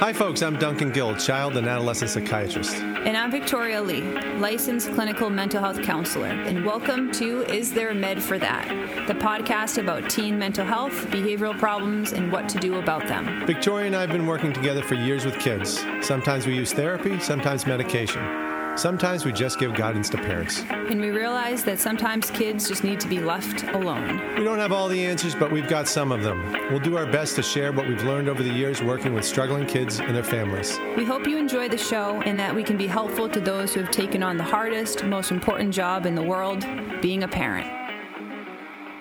Hi, folks. I'm Duncan Gill, child and adolescent psychiatrist. And I'm Victoria Lee, licensed clinical mental health counselor. And welcome to Is There a Med for That? The podcast about teen mental health, behavioral problems, and what to do about them. Victoria and I have been working together for years with kids. Sometimes we use therapy, sometimes medication. Sometimes we just give guidance to parents. And we realize that sometimes kids just need to be left alone. We don't have all the answers, but we've got some of them. We'll do our best to share what we've learned over the years working with struggling kids and their families. We hope you enjoy the show and that we can be helpful to those who have taken on the hardest, most important job in the world being a parent.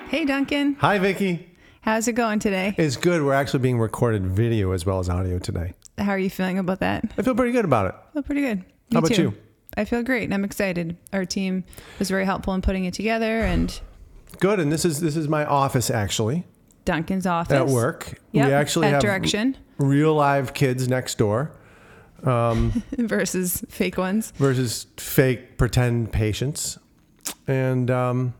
Hey, Duncan. Hi, Vicky. How's it going today? It's good. We're actually being recorded video as well as audio today. How are you feeling about that? I feel pretty good about it. Well, pretty good. Me How about too. you? I feel great and I'm excited. Our team was very helpful in putting it together and Good. And this is this is my office actually Duncan's office. at work. Yep, we actually at have direction real live kids next door versus fake ones. versus fake pretend patients. And um,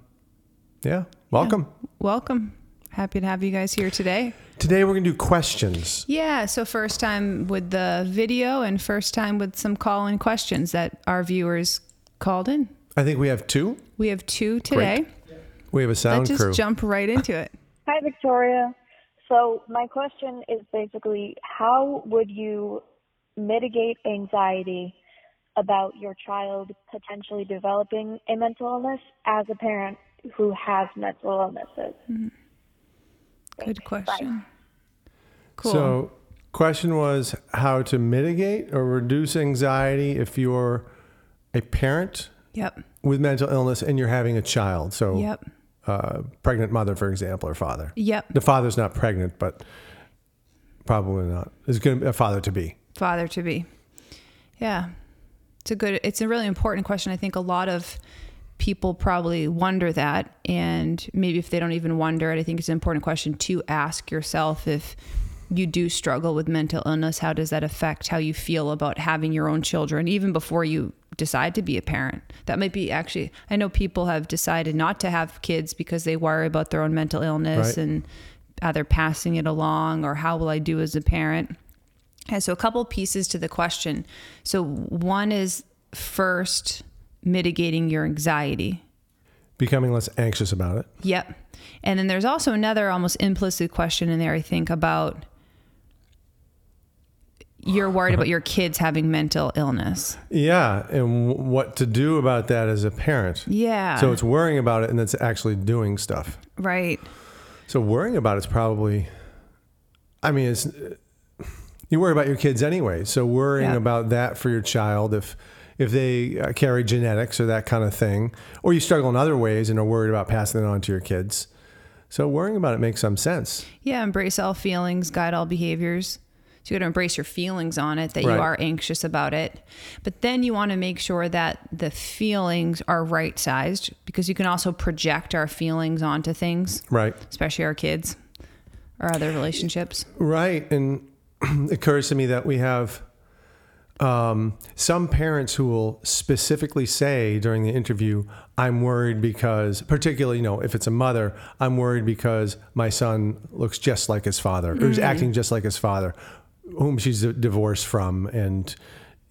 yeah, welcome. Welcome. Happy to have you guys here today. Today we're going to do questions. Yeah, so first time with the video and first time with some call in questions that our viewers called in. I think we have two. We have two today. We have a sound Let's just crew. jump right into it. Hi, Victoria. So, my question is basically how would you mitigate anxiety about your child potentially developing a mental illness as a parent who has mental illnesses? Good question. Cool. So, question was how to mitigate or reduce anxiety if you're a parent yep. with mental illness and you're having a child. So, Yep. uh, pregnant mother, for example, or father. Yep. The father's not pregnant, but probably not. Is going to be a father to be. father to be yeah it's a good it's a really important question i think a lot of people probably wonder that and maybe if they don't even wonder it i think it's an important question to ask yourself if you do struggle with mental illness how does that affect how you feel about having your own children even before you decide to be a parent that might be actually i know people have decided not to have kids because they worry about their own mental illness Right. and either passing it along or how will i do as a parent yeah, so a couple pieces to the question. So one is first mitigating your anxiety. Becoming less anxious about it. Yep. And then there's also another almost implicit question in there, I think, about you're worried about your kids having mental illness. Yeah, and w- what to do about that as a parent. Yeah. So it's worrying about it and it's actually doing stuff. right. So worrying about it's probably I mean it's you worry about your kids anyway. So worrying Yeah. about that for your child if if they uh, carry genetics or that kind of thing or you struggle in other ways and are worried about passing it on to your kids. So worrying about it makes some sense. Yeah, embrace all feelings, guide all behaviors. So you got to embrace your feelings on it that Right. you are anxious about it. But then you want to make sure that the feelings are right sized because you can also project our feelings onto things, Right. especially our kids or other relationships. Right. And it occurs to me that we have um, some parents who will specifically say during the interview, I'm worried because, particularly, you know, if it's a mother, I'm worried because my son looks just like his father or is acting just like his father, whom she's divorced from. And,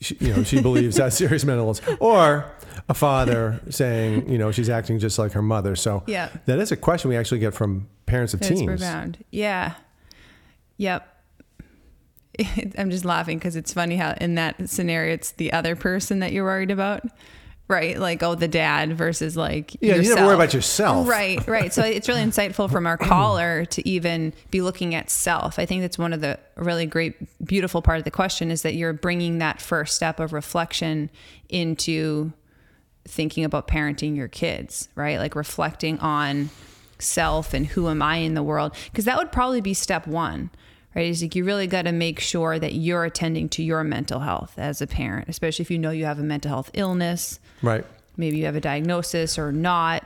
she, you know, she believes that's serious mental illness. Or a father saying, you know, she's acting just like her mother. So Yeah. that is a question we actually get from parents of It's teens. profound. Yeah. Yep. I'm just laughing because it's funny how in that scenario it's the other person that you're worried about, right? Like oh, the dad versus like Yeah, you never yourself. worry about yourself. right? Right. So it's really insightful from our caller to even be looking at self. I think that's one of the really great, beautiful part of the question is that you're bringing that first step of reflection into thinking about parenting your kids, right? Like reflecting on self and who am I in the world? Because that would probably be step one, right? Is like you really got to make sure that you're attending to your mental health as a parent, especially if you know you have a mental health illness. Right. Maybe you have a diagnosis or not.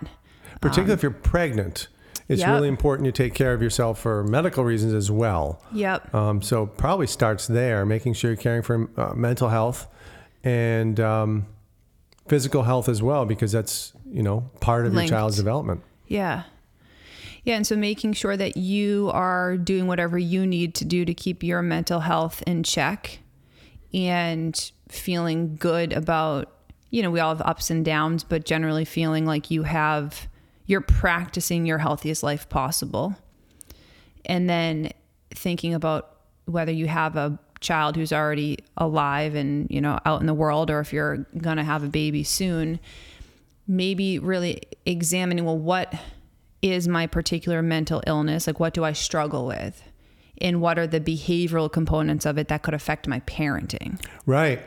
particularly if you're pregnant. It's Yep. really important you take care of yourself for medical reasons as well. Yep. Um, so probably starts there, making sure you're caring for uh, mental health and um, physical health as well, because that's you know part of Linked. your child's development. Yeah. Yeah, and so making sure that you are doing whatever you need to do to keep your mental health in check and feeling good about, you know, we all have ups and downs, but generally feeling like you have, you're practicing your healthiest life possible. And then thinking about whether you have a child who's already alive and, you know, out in the world or if you're going to have a baby soon, maybe really examining, well, what is my particular mental illness? Like, what do I struggle with? And what are the behavioral components of it that could affect my parenting? Right.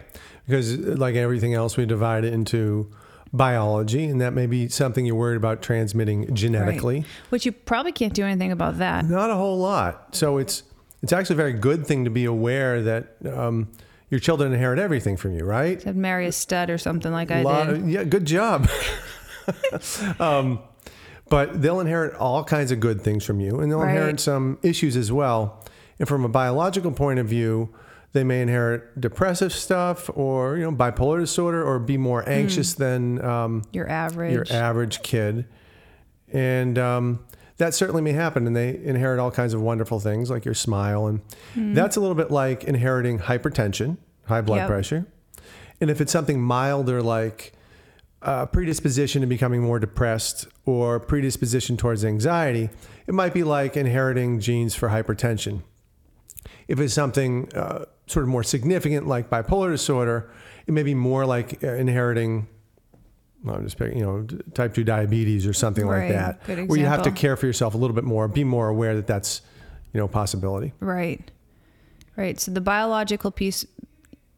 Because, like everything else, we divide it into biology, and that may be something you're worried about transmitting genetically. Right. Which you probably can't do anything about that. Not a whole lot. So, it's it's actually a very good thing to be aware that um, your children inherit everything from you, right? Except marry a stud or something like I lot, did. yeah, good job. um, but they'll inherit all kinds of good things from you and they'll Right. inherit some issues as well and from a biological point of view they may inherit depressive stuff or you know bipolar disorder or be Hmm. more anxious than um, Your average. your average kid and um, that certainly may happen and they inherit all kinds of wonderful things like your smile and that's a little bit like inheriting hypertension high blood Yep. pressure and if it's something milder like uh, predisposition to becoming more depressed or predisposition towards anxiety it might be like inheriting genes for hypertension if it's something uh, sort of more significant like bipolar disorder it may be more like uh, inheriting well, I'm just picking, you know, d- type 2 diabetes or something Right. like that, Good where you have to example. care for yourself a little bit more, be more aware that that's, you know, a possibility. Right. Right. So the biological piece,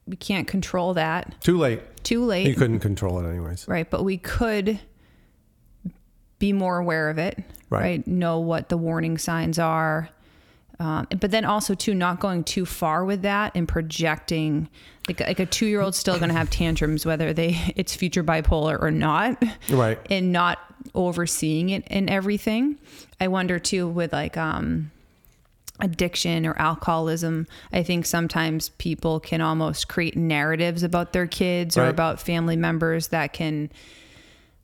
we can't control that. Too late. Too late. You couldn't control it anyways. Right. But we could be more aware of it. Right. Know what the warning signs are. Um, but then also too, not going too far with that and projecting like, like a two year old still going to have tantrums, whether they it's future bipolar or not Right. and not overseeing it and everything. I wonder too with like um addiction or alcoholism. I think sometimes people can almost create narratives about their kids or Right. about family members that can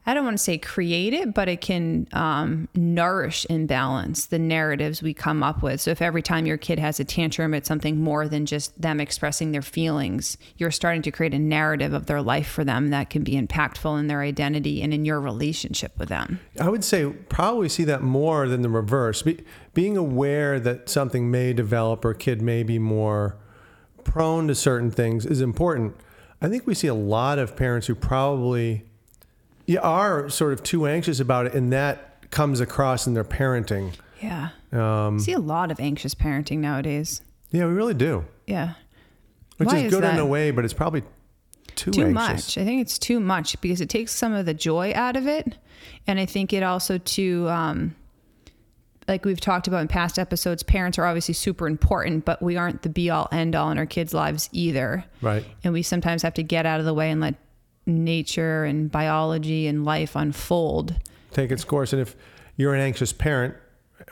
I don't want to say create it, but it can um, nourish and balance the narratives we come up with. So, if every time your kid has a tantrum, it's something more than just them expressing their feelings, you're starting to create a narrative of their life for them that can be impactful in their identity and in your relationship with them. I would say probably see that more than the reverse. Be, being aware that something may develop or a kid may be more prone to certain things is important. I think we see a lot of parents who probably yeah, are sort of too anxious about it, and that comes across in their parenting. Yeah. See a lot of anxious parenting nowadays. Yeah, we really do. Yeah. Which Why is is good in that? a way, but it's probably too, too anxious. much. I think it's too much because it takes some of the joy out of it, and I think it also too. Um, like we've talked about in past episodes, parents are obviously super important, but we aren't the be all end all in our kids' lives either. Right. And we sometimes have to get out of the way and let nature and biology and life unfold. Take its course. And if you're an anxious parent,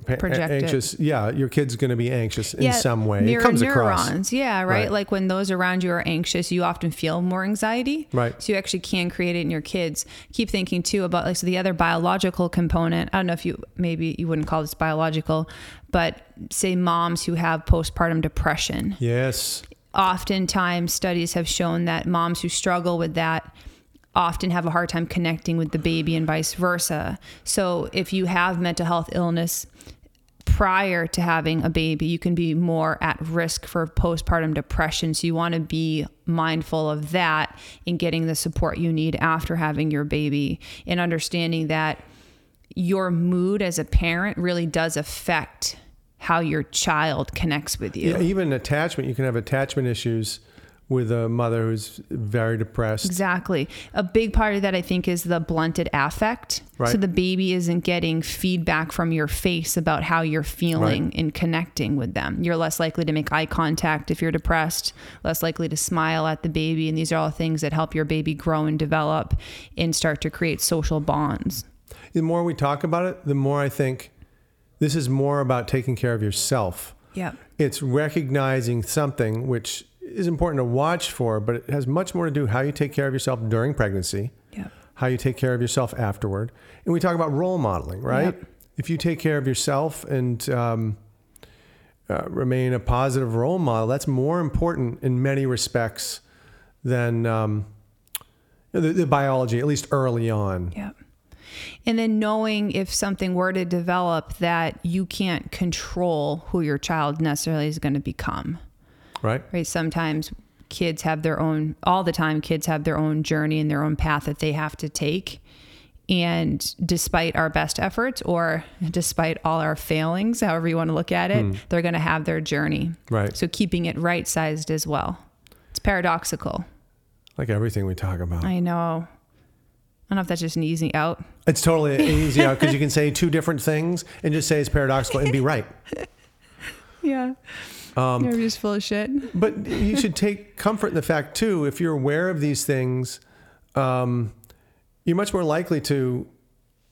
pa- Project it. anxious, yeah, your kid's going to be anxious in some way. It mirror comes neurons. across. Yeah, right? Right. Like when those around you are anxious, you often feel more anxiety. Right. So you actually can create it in your kids. Keep thinking too about like so the other biological component. I don't know if you maybe you wouldn't call this biological, but say moms who have postpartum depression Yes. oftentimes studies have shown that moms who struggle with that often have a hard time connecting with the baby and vice versa. So if you have mental health illness prior to having a baby, you can be more at risk for postpartum depression. So you want to be mindful of that in getting the support you need after having your baby and understanding that your mood as a parent really does affect how your child connects with you. Yeah, even attachment, you can have attachment issues with a mother who's very depressed. Exactly. A big part of that, I think, is the blunted affect. So Right. the baby isn't getting feedback from your face about how you're feeling Right. and connecting with them. You're less likely to make eye contact if you're depressed, less likely to smile at the baby. And these are all things that help your baby grow and develop and start to create social bonds. The more we talk about it, the more I think this is more about taking care of yourself. Yeah. It's recognizing something which is important to watch for, but it has much more to do how you take care of yourself during pregnancy. Yeah. how you take care of yourself afterward. And we talk about role modeling, right? if you take care of yourself and um, uh, remain a positive role model, that's more important in many respects than um, the, the biology, at least early on. Yeah. And then knowing if something were to develop that you can't control who your child necessarily is going to become, Right. right? Sometimes kids have their own, all the time, kids have their own journey and their own path that they have to take. And despite our best efforts or despite all our failings, however you want to look at it, they're going to have their journey. Hmm. Right. So keeping it right sized as well. It's paradoxical. Like everything we talk about. I know. I don't know if that's just an easy out. It's totally easy because you can say two different things and just say it's paradoxical and be right. Yeah. Um, You're just full of shit. But you should take comfort in the fact too, if you're aware of these things, um, you're much more likely to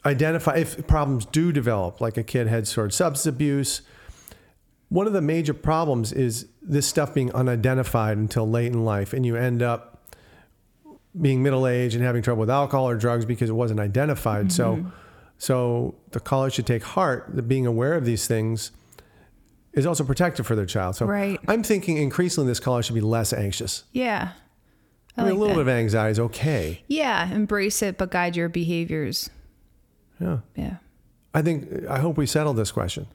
identify if problems do develop, like a kid heads toward substance abuse. One of the major problems is this stuff being unidentified until late in life, and you end up being middle aged and having trouble with alcohol or drugs because it wasn't identified. So, so the college should take heart that being aware of these things is also protective for their child. So, Right. I'm thinking increasingly this college should be less anxious. Yeah. I, mean, a little bit of anxiety is okay. Yeah. Embrace it, but guide your behaviors. Yeah. Yeah. I think I hope we settled this question.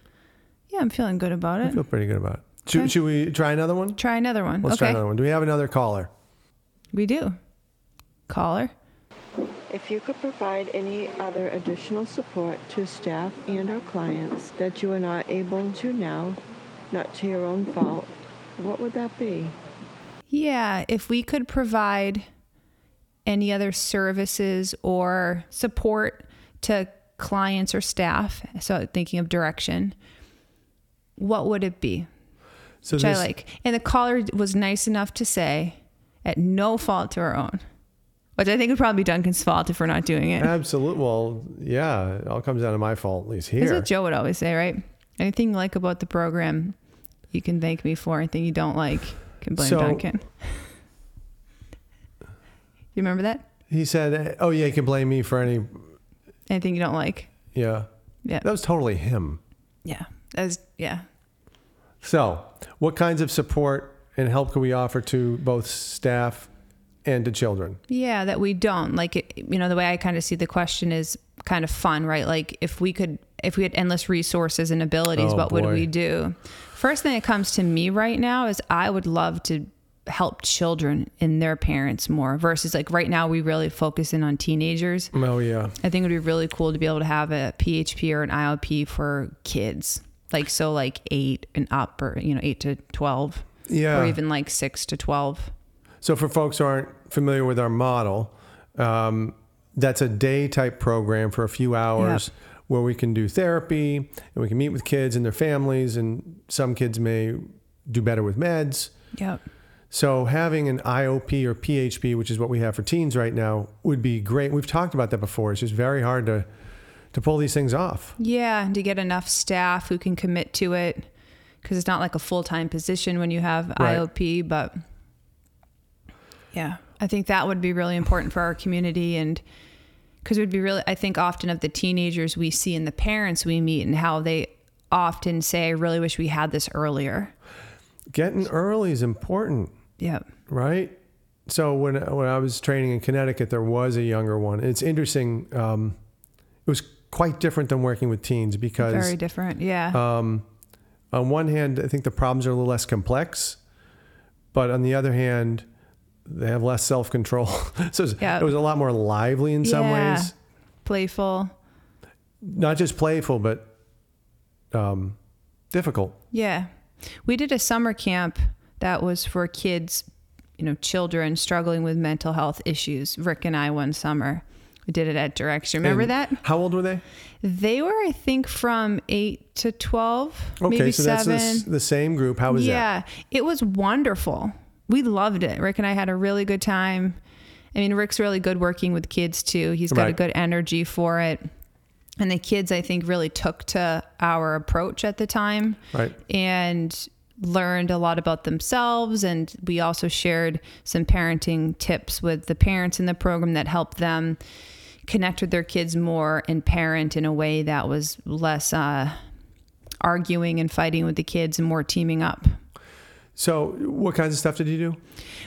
Yeah. I'm feeling good about I it. feel pretty good about it. Should, should we try another one? Try another one. Let's okay. try another one. Do we have another caller? We do. Caller. If you could provide any other additional support to staff and our clients that you are not able to now, not to your own fault, what would that be? Yeah. If we could provide any other services or support to clients or staff, so thinking of direction, what would it be? So Which I like. And the caller was nice enough to say, at no fault to our own, which I think would probably be Duncan's fault if we're not doing it. Absolute. Well, yeah, it all comes down to my fault, at least That's here. what Joe would always say, right? Anything you like about the program, you can thank me for. Anything you don't like, you can blame So- Duncan. you remember that? He said, "Oh yeah, you can blame me for any." Anything you don't like. Yeah, Yeah. that was totally him. Yeah. As yeah. So, what kinds of support and help can we offer to both staff and to children? Yeah, that we don't. Like, it- you know, the way I kind of see the question is kind of fun, right? Like, if we could, if we had endless resources and abilities, Oh, what would boy. we do? First thing that comes to me right now is I would love to help children and their parents more versus like right now we really focus in on teenagers. Oh yeah, I think it would be really cool to be able to have a PHP or an IOP for kids. Like, so like eight and up or, you know, eight to 12 yeah. or even like six to 12. So, for folks who aren't familiar with our model, um, that's a day type program for a few hours where we can do therapy and we can meet with kids and their families, and some kids may do better with meds. Yep. So, having an IOP or PHP, which is what we have for teens right now, would be great. We've talked about that before. It's just very hard to to pull these things off. Yeah, and to get enough staff who can commit to it because it's not like a full time position when you have Right. IOP, but yeah, I think that would be really important for our community and because it would be really, I think often of the teenagers we see and the parents we meet and how they often say, I really wish we had this earlier. Getting early is important. Yep. right? So when when I was training in Connecticut, there was a younger one. It's interesting. Um, it was quite different than working with teens because uh, Very different. Yeah. on one hand, I think the problems are a little less complex, but on the other hand, they have less self control. so it's- Yeah. it was a lot more lively in some Yeah. ways, Playful. not just playful, but um, difficult. Yeah. We did a summer camp that was for kids, you know, children struggling with mental health issues. Rick and I one summer. We did it at Direction. Remember And that? How old were they? They were, I think, from eight to 12, Okay, maybe so seven. that's the, s- the same group. How was that? yeah. It was wonderful. We loved it. Rick and I had a really good time. I mean, Rick's really good working with kids too. He's got a Right. good energy for it. And the kids, I think, really took to our approach at the time Right. and learned a lot about themselves. And we also shared some parenting tips with the parents in the program that helped them connect with their kids more and parent in a way that was less uh, arguing and fighting with the kids and more teaming up. So, what kinds of stuff did you do?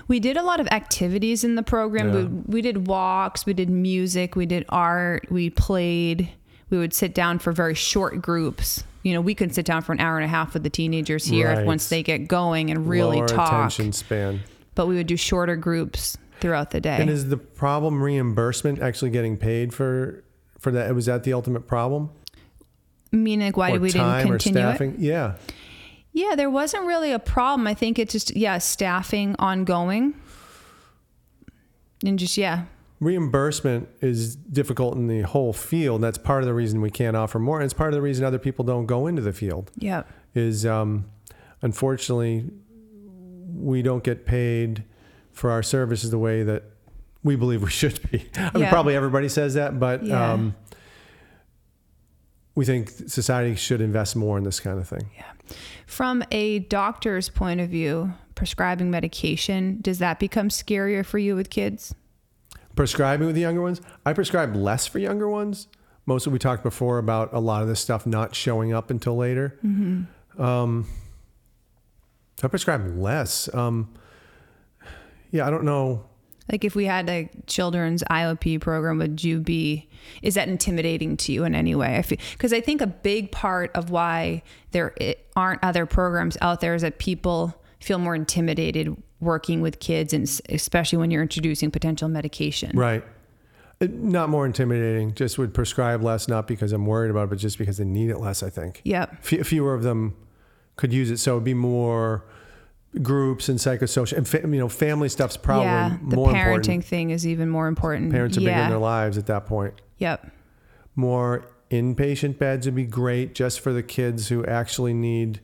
We did a lot of activities in the program. Yeah. We, we did walks, we did music, we did art, we played. We would sit down for very short groups. You know, we could sit down for an hour and a half with the teenagers here if Right. once they get going and really Lower talk. attention span. But we would do shorter groups throughout the day. And is the problem reimbursement actually getting paid for for that? Was that the ultimate problem? Meaning, why or Oh, we didn't time or continue it? staffing? Yeah. Yeah, there wasn't really a problem. I think it just yeah, staffing ongoing. And just yeah. Reimbursement is difficult in the whole field. That's part of the reason we can't offer more. And it's part of the reason other people don't go into the field Yeah. is um, unfortunately we don't get paid for our services the way that we believe we should be. I mean, Yeah. probably everybody says that, but Yeah. um, we think society should invest more in this kind of thing. From a doctor's point of view, prescribing medication, does that become scarier for you with kids? prescribing with the younger ones i prescribe less for younger ones mostly we talked before about a lot of this stuff not showing up until later um, Mm-hmm. i prescribe less um, yeah i don't know Like if we had a children's IOP program, would you be, is that intimidating to you in any way? I feel, cause I think a big part of why there i- aren't other programs out there is that people feel more intimidated working with kids and s- especially when you're introducing potential medication. right It- not more intimidating just would prescribe less not because i'm worried about it but just because they need it less i think Yep. Fe- fewer of them could use it so it'd be more groups and psychosocial and fa- you know family stuff's probably yeah. The more parenting important thing is even more important. parents are yeah. bigger in their lives at that point Yep. more inpatient beds would be great just for the kids who actually need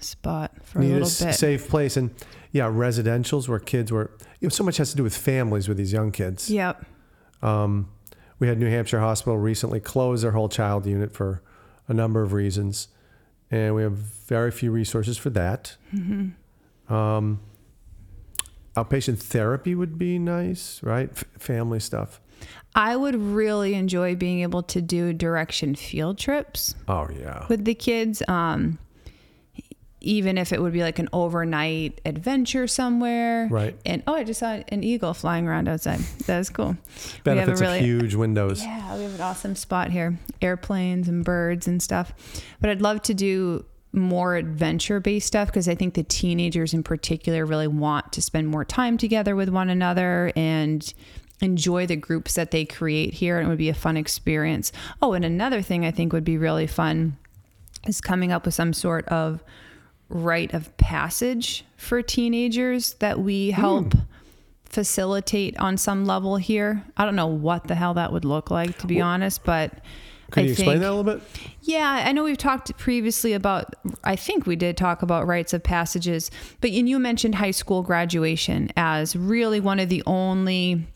Spot for a need a, little s- bit. safe place and yeah residentials where kids were you know, so much has to do with families with these young kids yep. we had new hampshire hospital recently close their whole child unit for a number of reasons and we have very few resources for that Mm-hmm. um, outpatient therapy would be nice right F- family stuff I would really enjoy being able to do direction field trips. oh yeah with the kids. Um, even if it would be like an overnight adventure somewhere. Right. And oh, I just saw an eagle flying around outside. That was cool. We have a benefits really- of huge windows Yeah, we have an awesome spot here airplanes and birds and stuff. But I'd love to do more adventure based stuff because I think the teenagers in particular really want to spend more time together with one another and enjoy the groups that they create here. And it would be a fun experience. Oh, and another thing I think would be really fun is coming up with some sort of rite of passage for teenagers that we help facilitate on some level here. I don't know what the hell that would look like to be honest, but could I you explain think- that a little bit yeah, I know we've talked previously about, I think we did talk about rites of passages, but and you mentioned high school graduation as really one of the only,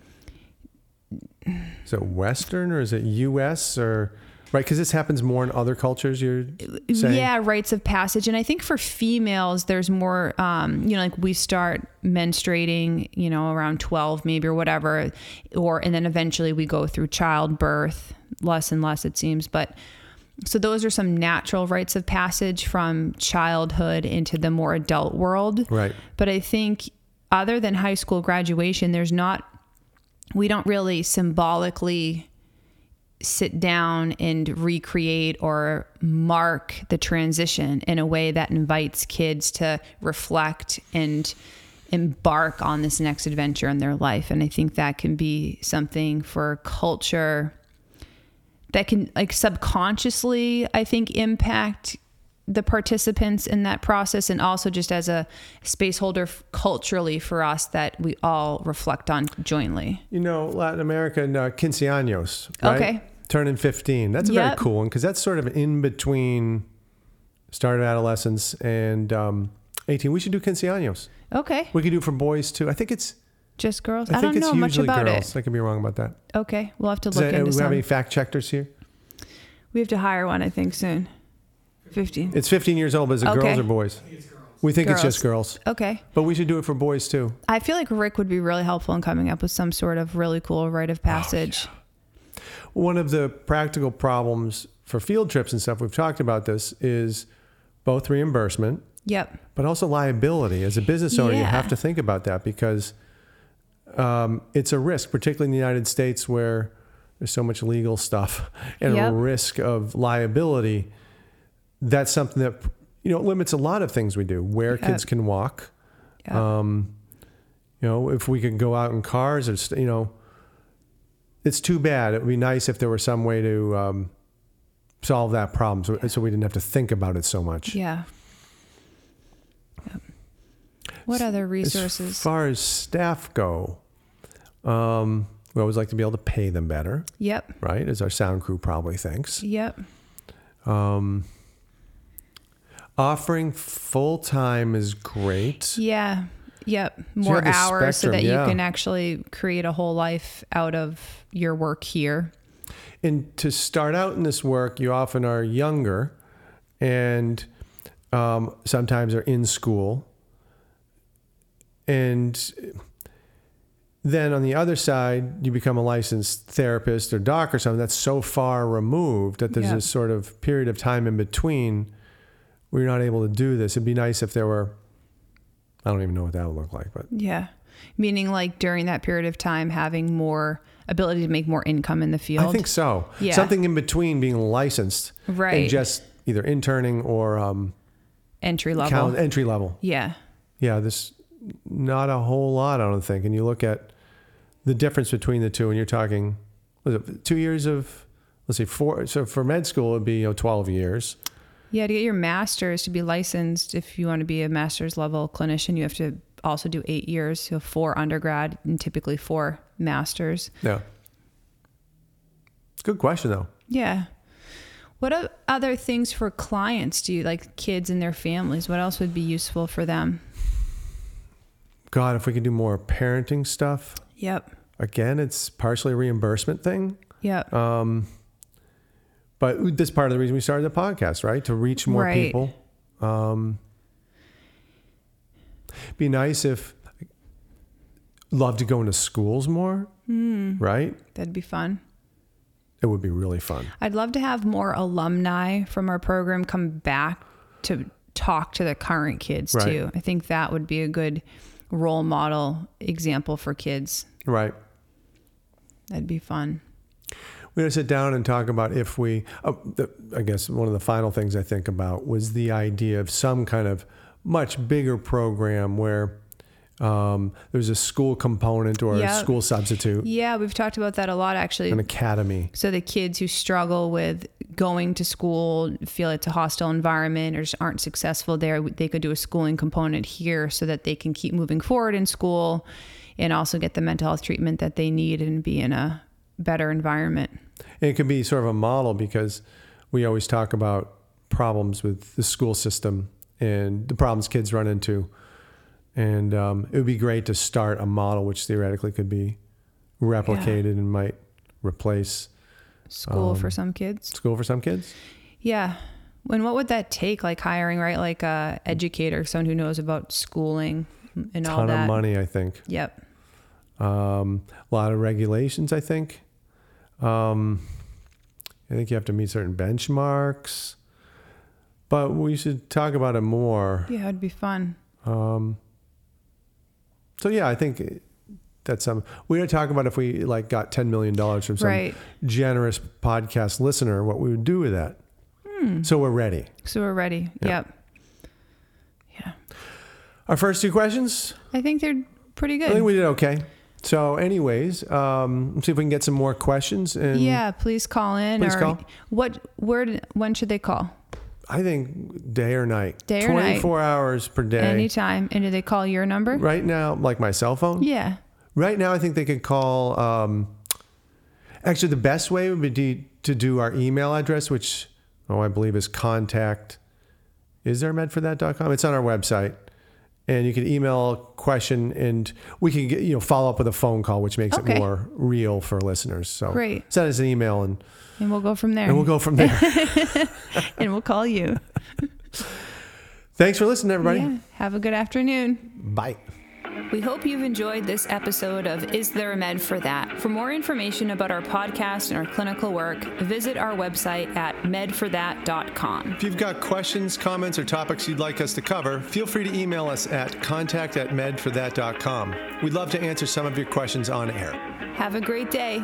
Is it Western or is it U.S. or right? Because this happens more in other cultures. You're saying, yeah, rites of passage. And I think for females, there's more, um, you know, like we start menstruating, you know, around 12 maybe or whatever, or, and then eventually we go through childbirth, less and less it seems, but so those are some natural rites of passage from childhood into the more adult world. Right. But I think other than high school graduation, there's not we don't really symbolically sit down and recreate or mark the transition in a way that invites kids to reflect and embark on this next adventure in their life. And I think that can be something for culture that can like subconsciously i think impact the participants in that process and also just as a space holder f- culturally for us that we all reflect on jointly you know, Latin America and uh, quinceaños, right? Okay. turning fifteen. That's a very Yep. cool one because that's sort of in between start of adolescence and um, eighteen. We should do quinceaños. okay We could do it for boys too. I think it's. just girls I, i, think don't it's know much usually about girls. I could be wrong about that. it okay we'll have to Does look that- do into we have some any fact checkers here? we have to hire one i think soon 15 It's fifteen years old, but is it Okay. girls or boys? We think it's Girls. just girls, Okay. but we should do it for boys too. I feel like Rick would be really helpful in coming up with some sort of really cool rite Oh, of passage. One of the practical problems for field trips and stuff, we've talked about this, is both reimbursement, Yep. but also liability. As a business owner, you Yeah. have to think about that because um, it's a risk, particularly in the United States where there's so much legal stuff and a Yep. risk of liability. That's something that you know limits a lot of things we do. Where kids can walk, Um, Yep. you know, if we could go out in cars or st- you know, it's too bad. It would be nice if there were some way to um, solve that problem, so, so we didn't have to think about it so much. yeah. Yep. What other As resources? far as staff go, um, we always like to be able to pay them better, Yep. right? As our sound crew probably thinks. Yep. Um, offering full time is great. Yeah. Yep. you More have the hours so spectrum, that yeah. you can actually create a whole life out of your work here. And to start out in this work, you often are younger and um, sometimes are in school. And then on the other side, you become a licensed therapist or doc or something that's so far removed that there's Yeah. this sort of period of time in between where you're not able to do this. It'd be nice if there were, I don't even know what that would look like, but Yeah. Meaning like during that period of time having more ability to make more income in the field. I think so. Yeah. Something in between being licensed and Right. just either interning or um, entry level. count entry level. yeah. Yeah, there's not a whole lot, I don't think. And you look at the difference between the two, and you're talking was it two years of let's see four. So for med school, it'd be you know twelve years. Yeah, to get your master's to be licensed, if you want to be a master's level clinician, you have to also do eight years. You have four undergrad and typically four masters. Yeah. Good question though. Yeah. What o- other things for clients do you like kids and their families? What else would be useful for them? God, if we could do more parenting stuff Yep. again, it's partially a reimbursement thing. Yep. Uh, But this part of the reason we started the podcast, right? To reach more Right. people. Um, be nice if love to go into schools more, right? That'd be fun. It would be really fun. I'd love to have more alumni from our program come back to talk to the current kids Right. too. I think that would be a good role model example for kids. Right. That'd be fun. We're going to sit down and talk about if we, uh, the, I guess one of the final things I think about was the idea of some kind of much bigger program where um, there's a school component or a Yeah. school substitute, Yeah, we've talked about that a lot actually. an academy. So the kids who struggle with going to school, feel it's a hostile environment, or just aren't successful there, they could do a schooling component here so that they can keep moving forward in school, and also get the mental health treatment that they need and be in a better environment. And it could be sort of a model because we always talk about problems with the school system and the problems kids run into. And um, it would be great to start a model which theoretically could be replicated and might replace School for some kids. school for some kids. Yeah. And what would that take? Like hiring, right? Like a educator, someone who knows about schooling and all ton that. of money, I think. Yep. Um, a lot of regulations, I think. Um, I think you have to meet certain benchmarks. But we should talk about it more. Yeah, it'd be fun. So yeah, I think that's some. We were talking about if we like got ten million dollars from some Right. generous podcast listener, what we would do with that. Hmm. So we're ready. So we're ready. Yep. Yeah. Our first two questions. I think they're pretty I think good. we did okay. So, anyways, um, let's see if we can get some more questions. And yeah, please call in. Please or call. What? Where? d- When should they call? I think day or night, Day or night. twenty-four hours per day. Anytime. And do they call your number? Right now, like my cell phone. Yeah. Right now, I think they could call. Um, actually, the best way would be to, to do our email address, which oh, I believe is contact. Is there a med for that.com? It's on our website. And you can email a question and we can get, you know, follow up with a phone call, which makes Okay. it more real for listeners. So Great. send us an email and, And we'll go from there. and we'll go from there. and we'll call you. Thanks for listening, everybody. Yeah. Have a good afternoon. Bye. We hope you've enjoyed this episode of Is There a Med for That? For more information about our podcast and our clinical work, visit our website at medforthat.com. If you've got questions, comments, or topics you'd like us to cover, feel free to email us at contact at medforthat.com. We'd love to answer some of your questions on air. Have a great day.